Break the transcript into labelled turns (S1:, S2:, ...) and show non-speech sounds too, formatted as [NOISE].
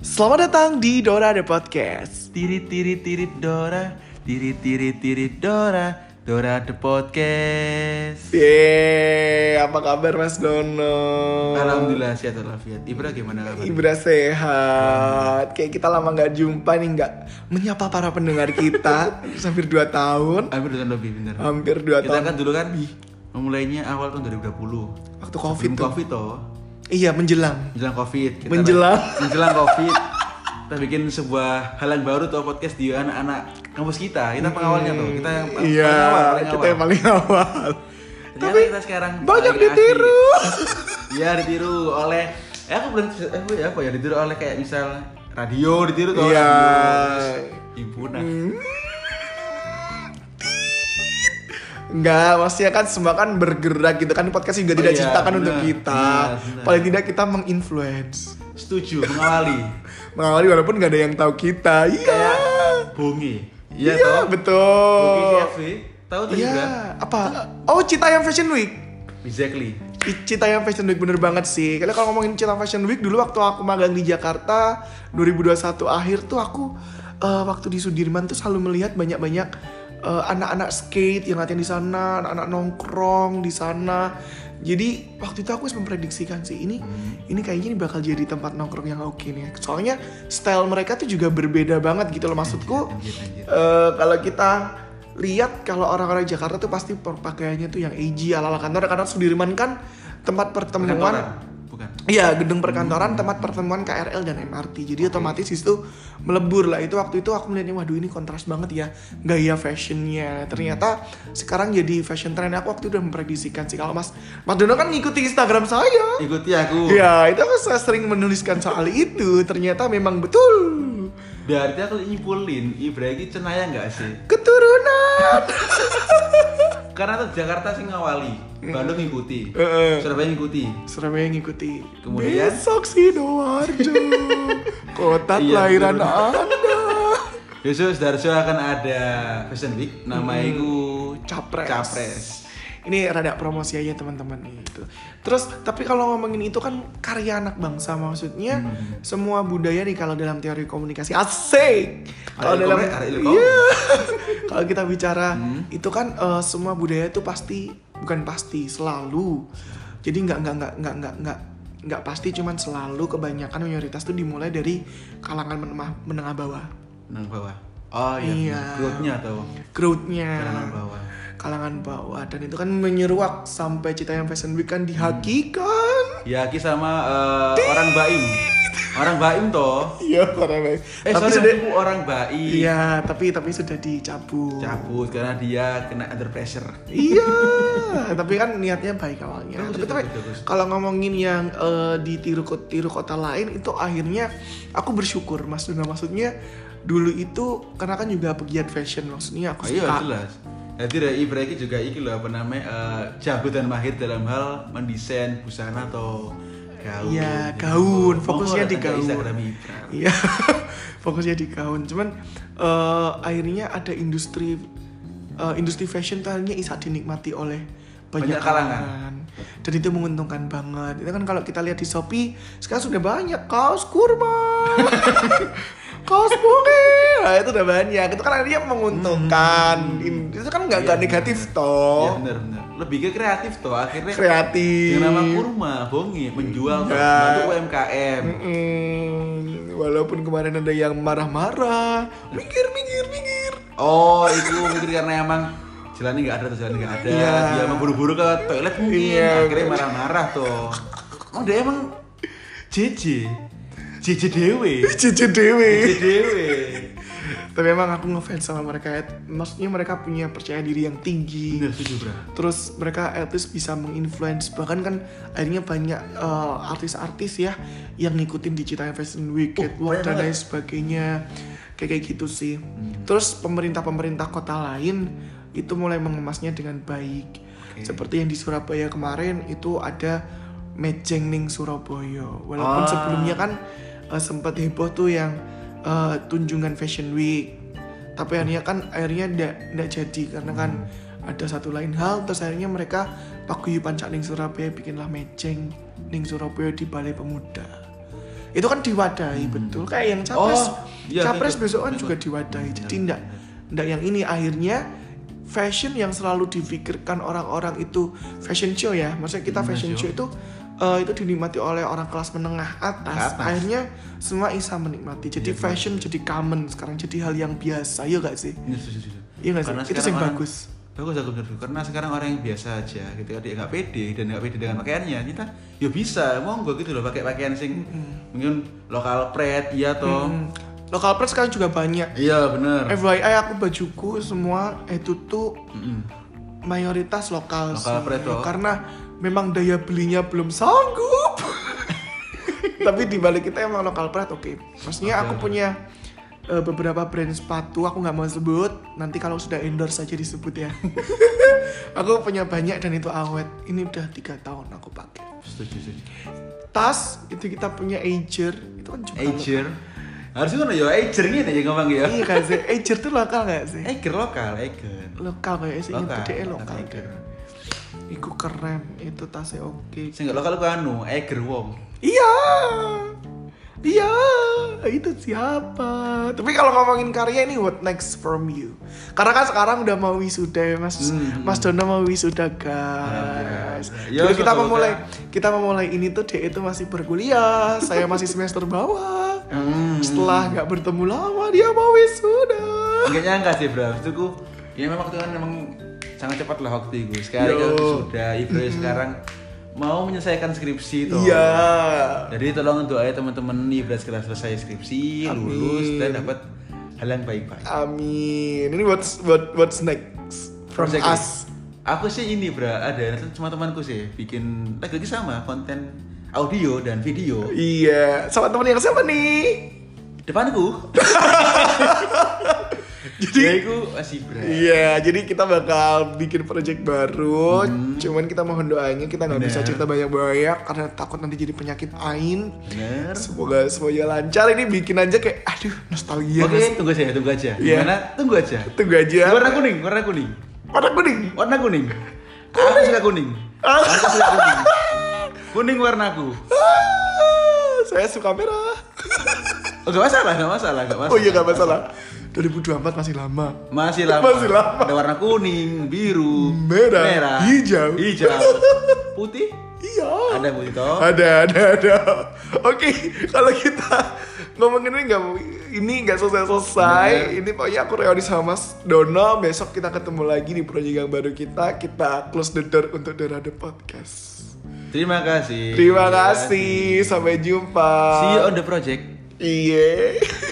S1: Selamat datang di Dora The Podcast.
S2: Tirit tirit tirit Dora, tirit tirit tirit Dora, Dora the podcast.
S1: Yeay, apa kabar Mas Dono?
S2: Alhamdulillah sehat walafiat. Ibra gimana kabar?
S1: Ibra sehat. Kayak kita lama nggak jumpa nih, nggak menyapa para pendengar
S2: [LAUGHS]
S1: kita. Terus hampir 2 tahun.
S2: Hampir dua tahun lebih bener.
S1: Hampir 2
S2: Kita
S1: tahun.
S2: kan dulu kan memulainya awal tahun 2020.
S1: Waktu COVID
S2: Sebelum
S1: tuh.
S2: Covid toh.
S1: Iya, menjelang.
S2: Menjelang Covid. Kita kan
S1: Menjelang.
S2: menjelang Covid. Kita bikin sebuah hal yang baru tuh podcast di anak-anak kampus kita. Kita pengawalnya tuh. Kita yang paling
S1: Iya,
S2: awal, paling
S1: kita
S2: awal.
S1: yang paling awal.
S2: Ternyata
S1: Tapi
S2: kita sekarang
S1: banyak
S2: paling
S1: ditiru.
S2: [LAUGHS] Iya ditiru oleh eh aku belum aku ya apa ya ditiru oleh kayak misal radio ditiru tuh
S1: Iya.
S2: himpunan
S1: Enggak, maksudnya kan semua kan bergerak gitu kan podcast juga
S2: Oh
S1: tidak
S2: iya,
S1: diciptakan
S2: benar.
S1: untuk kita.
S2: Iya, benar.
S1: Paling tidak kita menginfluence.
S2: setuju mengawali
S1: mengawali walaupun nggak ada yang tahu kita iya
S2: kayak bungi
S1: iya,
S2: toh bungi
S1: betul
S2: CFV tahu tuh
S1: iya
S2: juga
S1: apa oh Citayam Fashion Week
S2: exactly
S1: Ih, Citayam Fashion Week bener banget sih kalian kalau ngomongin Citayam Fashion Week dulu waktu aku magang di Jakarta 2021 akhir tuh aku eh, waktu di Sudirman tuh selalu melihat banyak-banyak eh, anak-anak skate yang latihan di sana anak-anak nongkrong di sana jadi waktu itu aku harus memprediksikan sih ini
S2: Hmm.
S1: ini kayaknya ini bakal jadi tempat nongkrong yang oke nih soalnya style mereka tuh juga berbeda banget gitu loh maksudku
S2: anjir anjir
S1: Eh, kalau kita lihat kalau orang-orang Jakarta tuh pasti perpakaiannya tuh yang edgy ala-ala kantor karena Sudirman kan tempat pertemuan
S2: Perkantoran? bukan
S1: Iya, gedung perkantoran, tempat pertemuan KRL dan MRT. Jadi otomatis di situ melebur lah. Itu waktu itu aku melihatnya, waduh ini kontras banget ya gaya fashionnya. Ternyata sekarang jadi fashion trend. Aku waktu itu udah memprediksikan sih kalau Mas Mas Dono kan ngikuti Instagram saya.
S2: ikuti aku
S1: Iya, itu aku sering menuliskan soal itu. Ternyata memang betul.
S2: berarti aku nyimpulin Ibra ini cenaya nggak sih
S1: Keturunan.
S2: karena tuh Jakarta sih ngawali Bandung ngikuti
S1: Mm. Heeh.
S2: Surabaya ngikuti
S1: Surabaya ngikuti
S2: Kemudian?
S1: Besok
S2: [LAUGHS]
S1: Sidoarjo Kota
S2: Iya,
S1: kelahiran
S2: betul.
S1: Anda
S2: Besok Sidoarjo akan ada Fashion Week, nama itu
S1: Capres
S2: Capres.
S1: Ini rada promosi aja teman-teman itu. Terus tapi kalau ngomongin itu kan karya anak bangsa maksudnya
S2: Hmm.
S1: semua budaya nih kalau dalam teori komunikasi asik. Kalau
S2: Ada
S1: dalam
S2: ilkom- ada Hmm. ilkom.
S1: Iya.
S2: [LAUGHS]
S1: [LAUGHS] kalau kita bicara itu kan eh, semua budaya itu pasti bukan pasti selalu. Jadi nggak nggak nggak nggak nggak nggak nggak pasti cuman selalu kebanyakan mayoritas tuh dimulai dari kalangan menengah menengah bawah
S2: Menang bawah. Oh iya,
S1: Iya.
S2: growth-nya atau
S1: growth-nya
S2: kalangan bawah.
S1: kalangan bawah dan itu kan menyeruak sampai Citayam Fashion Week kan dihakikan.
S2: Ya, Ki sama eh, orang Baim. Orang Baim toh.
S1: Iya, parah baik.
S2: Eh,
S1: tapi
S2: sorry,
S1: sudah
S2: aku orang Baim.
S1: Iya, tapi tapi sudah dicabut.
S2: Cabut karena dia kena under pressure.
S1: Iya, tapi kan niatnya baik awalnya.
S2: Bagus,
S1: tapi tapi
S2: bagus, bagus.
S1: kalau ngomongin yang eh, ditiru ko- tiru kota lain itu akhirnya aku bersyukur Mas Duna maksudnya dulu itu karena kan juga pegiat fashion maksudnya aku
S2: Oh, iya,
S1: suka.
S2: jelas. Jadi dari Ibra ini juga iki loh apa namanya eh, jago dan mahir dalam hal mendesain busana atau gaun.
S1: Iya, gaun. Fokusnya
S2: Monggo
S1: di
S2: datang ke
S1: gaun.
S2: Instagram Ibra.
S1: Iya, [LAUGHS] fokusnya di gaun. Cuman eh, akhirnya ada industri eh, industri fashion tuh akhirnya bisa dinikmati oleh banyak,
S2: Banyak kalangan.
S1: kalangan. Dan itu menguntungkan banget. Itu kan kalau kita lihat di Shopee sekarang sudah banyak kaos
S2: [LAUGHS]
S1: kurma. kaos bungil. Nah, itu udah banyak. Itu kan akhirnya menguntungkan. Itu kan nggak nggak
S2: Iya,
S1: negatif
S2: bener. Iya
S1: toh.
S2: benar-benar. Lebih ke kreatif toh akhirnya.
S1: Oh. Kreatif.
S2: Iya. Dengan nama kurma, bongi,
S1: Iya.
S2: menjual membantu UMKM.
S1: Mm-mm. Walaupun kemarin ada yang marah-marah, minggir, minggir, minggir.
S2: Oh, itu mungkin karena emang jalannya nggak ada tuh jalannya nggak ada.
S1: Iya.
S2: Dia emang buru-buru ke toilet mungkin.
S1: Iya.
S2: Akhirnya marah-marah tuh. Oh, dia emang JJ, JJ dewe,
S1: Cici Dewi.
S2: JJ dewe.
S1: Tapi emang aku ngefans sama mereka. Ed. Maksudnya mereka punya percaya diri yang tinggi.
S2: Bener setuju bro.
S1: Terus mereka at least bisa menginfluence bahkan kan akhirnya banyak eh, artis-artis ya yang ngikutin di Citayam Fashion Week,
S2: Oh,
S1: Catwalk dan
S2: banyak
S1: lain
S2: banget. Hmm.
S1: sebagainya. Kayak kayak gitu sih. Terus pemerintah-pemerintah kota lain itu mulai mengemasnya dengan baik.
S2: Oke.
S1: Seperti yang di Surabaya kemarin itu ada Mejeng Ning Surabaya. Walaupun
S2: Ah.
S1: sebelumnya kan eh, sempat heboh tuh yang eh, tunjungan Fashion Week. Tapi akhirnya kan akhirnya ndak ndak jadi karena kan ada satu lain hal terus akhirnya mereka paguyuban cak ning Surabaya bikinlah mejeng ning Surabaya di Balai Pemuda. itu kan diwadahi betul kayak yang capres
S2: Hmm. Oh, iya,
S1: capres
S2: betul.
S1: besok kan
S2: Betul. Iya.
S1: juga diwadahi jadi
S2: Benar.
S1: ndak ndak yang ini akhirnya fashion yang selalu difikirkan orang-orang itu fashion show ya maksudnya kita
S2: Hmm,
S1: fashion show
S2: fashion
S1: itu eh, itu dinikmati oleh orang kelas menengah atas,
S2: Ke atas.
S1: akhirnya semua bisa menikmati jadi
S2: Iya, benar.
S1: fashion jadi common sekarang jadi hal yang biasa ya gak sih
S2: Ini setuju, setuju.
S1: Iya nggak sih?
S2: Karena
S1: Itu
S2: sekarang
S1: sih yang
S2: orang-
S1: bagus.
S2: Bagus aku bener karena sekarang orang yang biasa aja ketika dia nggak pede dan nggak pede dengan pakaiannya kita ya bisa monggo gitu loh pakai pakaian sing mungkin lokal pride iya toh
S1: Hmm. Lokal press sekarang juga banyak.
S2: iya bener
S1: FYI aku bajuku semua eh, itu tuh
S2: Mm-mm.
S1: mayoritas lokal.
S2: Lokal
S1: sih.
S2: pride, toh.
S1: Karena memang daya belinya belum sanggup. [LAUGHS] Tapi di balik kita emang lokal pride oke. Maksudnya
S2: Oke,
S1: aku
S2: oke.
S1: punya eh, beberapa brand sepatu aku nggak mau sebut. Nanti kalau sudah endorse aja disebut ya. [LAUGHS] aku punya banyak dan itu awet. Ini udah tiga tahun aku pakai.
S2: setuju setuju
S1: Tas itu kita punya Ager. Itu kan juga
S2: Ager harusnya kan ya Ager ini aja ngomong ya
S1: Iya kan sih, Ager tuh lokal gak sih?
S2: Ager lokal Ager
S1: Lokal kayak sih, inget
S2: Eh. Lokal,
S1: DE
S2: lokal
S1: lokal
S2: Ager.
S1: Iku keren, itu tasnya oke
S2: sing nggak lokal ku anu Ager Wong
S1: Iya Iya, itu siapa? Tapi kalau ngomongin karya ini what next from you? Karena kan sekarang udah mau wisuda ya, Mas.
S2: Hmm.
S1: Mas Dono mau wisuda, guys.
S2: Ya,
S1: Dulu kita
S2: semoga.
S1: memulai kita memulai ini tuh DE itu masih berkuliah, saya masih semester bawah.
S2: Hmm.
S1: Setelah nggak bertemu lama dia mau wisuda.
S2: nggak nyangka sih bro itu ku ya memang waktu kan memang sangat cepat lah waktu itu sekarang
S1: Yo.
S2: kan sudah Ibro sekarang mau menyelesaikan skripsi itu
S1: Iya.
S2: jadi tolong doain teman-teman Ibro segera selesai skripsi
S1: Amin.
S2: lulus dan dapat hal yang baik-baik
S1: Amin. Ini what's what what's next from
S2: Project
S1: us?
S2: ini. aku sih ini bro ada cuma temanku sih bikin lagi sama konten audio dan video
S1: Iya. Sama temen yang siapa nih?
S2: depanku jadi aku masih oh, bro
S1: Iya, jadi kita bakal bikin project baru. Cuman kita mohon doanya kita nggak bisa
S2: Hmm. Bener.
S1: cerita banyak-banyak karena takut nanti jadi penyakit ain.
S2: bener
S1: Semoga semuanya lancar. Ini bikin aja kayak aduh nostalgia.
S2: oke
S1: Iya, Mas.
S2: tunggu aja tunggu aja
S1: Iya.
S2: gimana tunggu aja
S1: Tunggu aja.
S2: warna kuning warna kuning
S1: Warna kuning.
S2: warna kuning aku suka kuning aku suka kuning kuning warnaku
S1: Ah, saya suka merah.
S2: oh, gak masalah gak masalah gak masalah
S1: Oh iya nggak masalah. 2024 masih lama.
S2: masih lama
S1: Masih lama.
S2: ada warna kuning biru
S1: Merah, hijau.
S2: hijau putih
S1: [LAUGHS] Iya.
S2: ada putih toh
S1: ada ada ada oke kalau kita ngomongin ini nggak ini nggak selesai selesai ini pokoknya aku reuni sama Mas Dono besok kita ketemu lagi di proyek yang baru kita kita close the door untuk Dora the podcast
S2: terima kasih
S1: terima kasih sampai jumpa
S2: see you on the project
S1: iya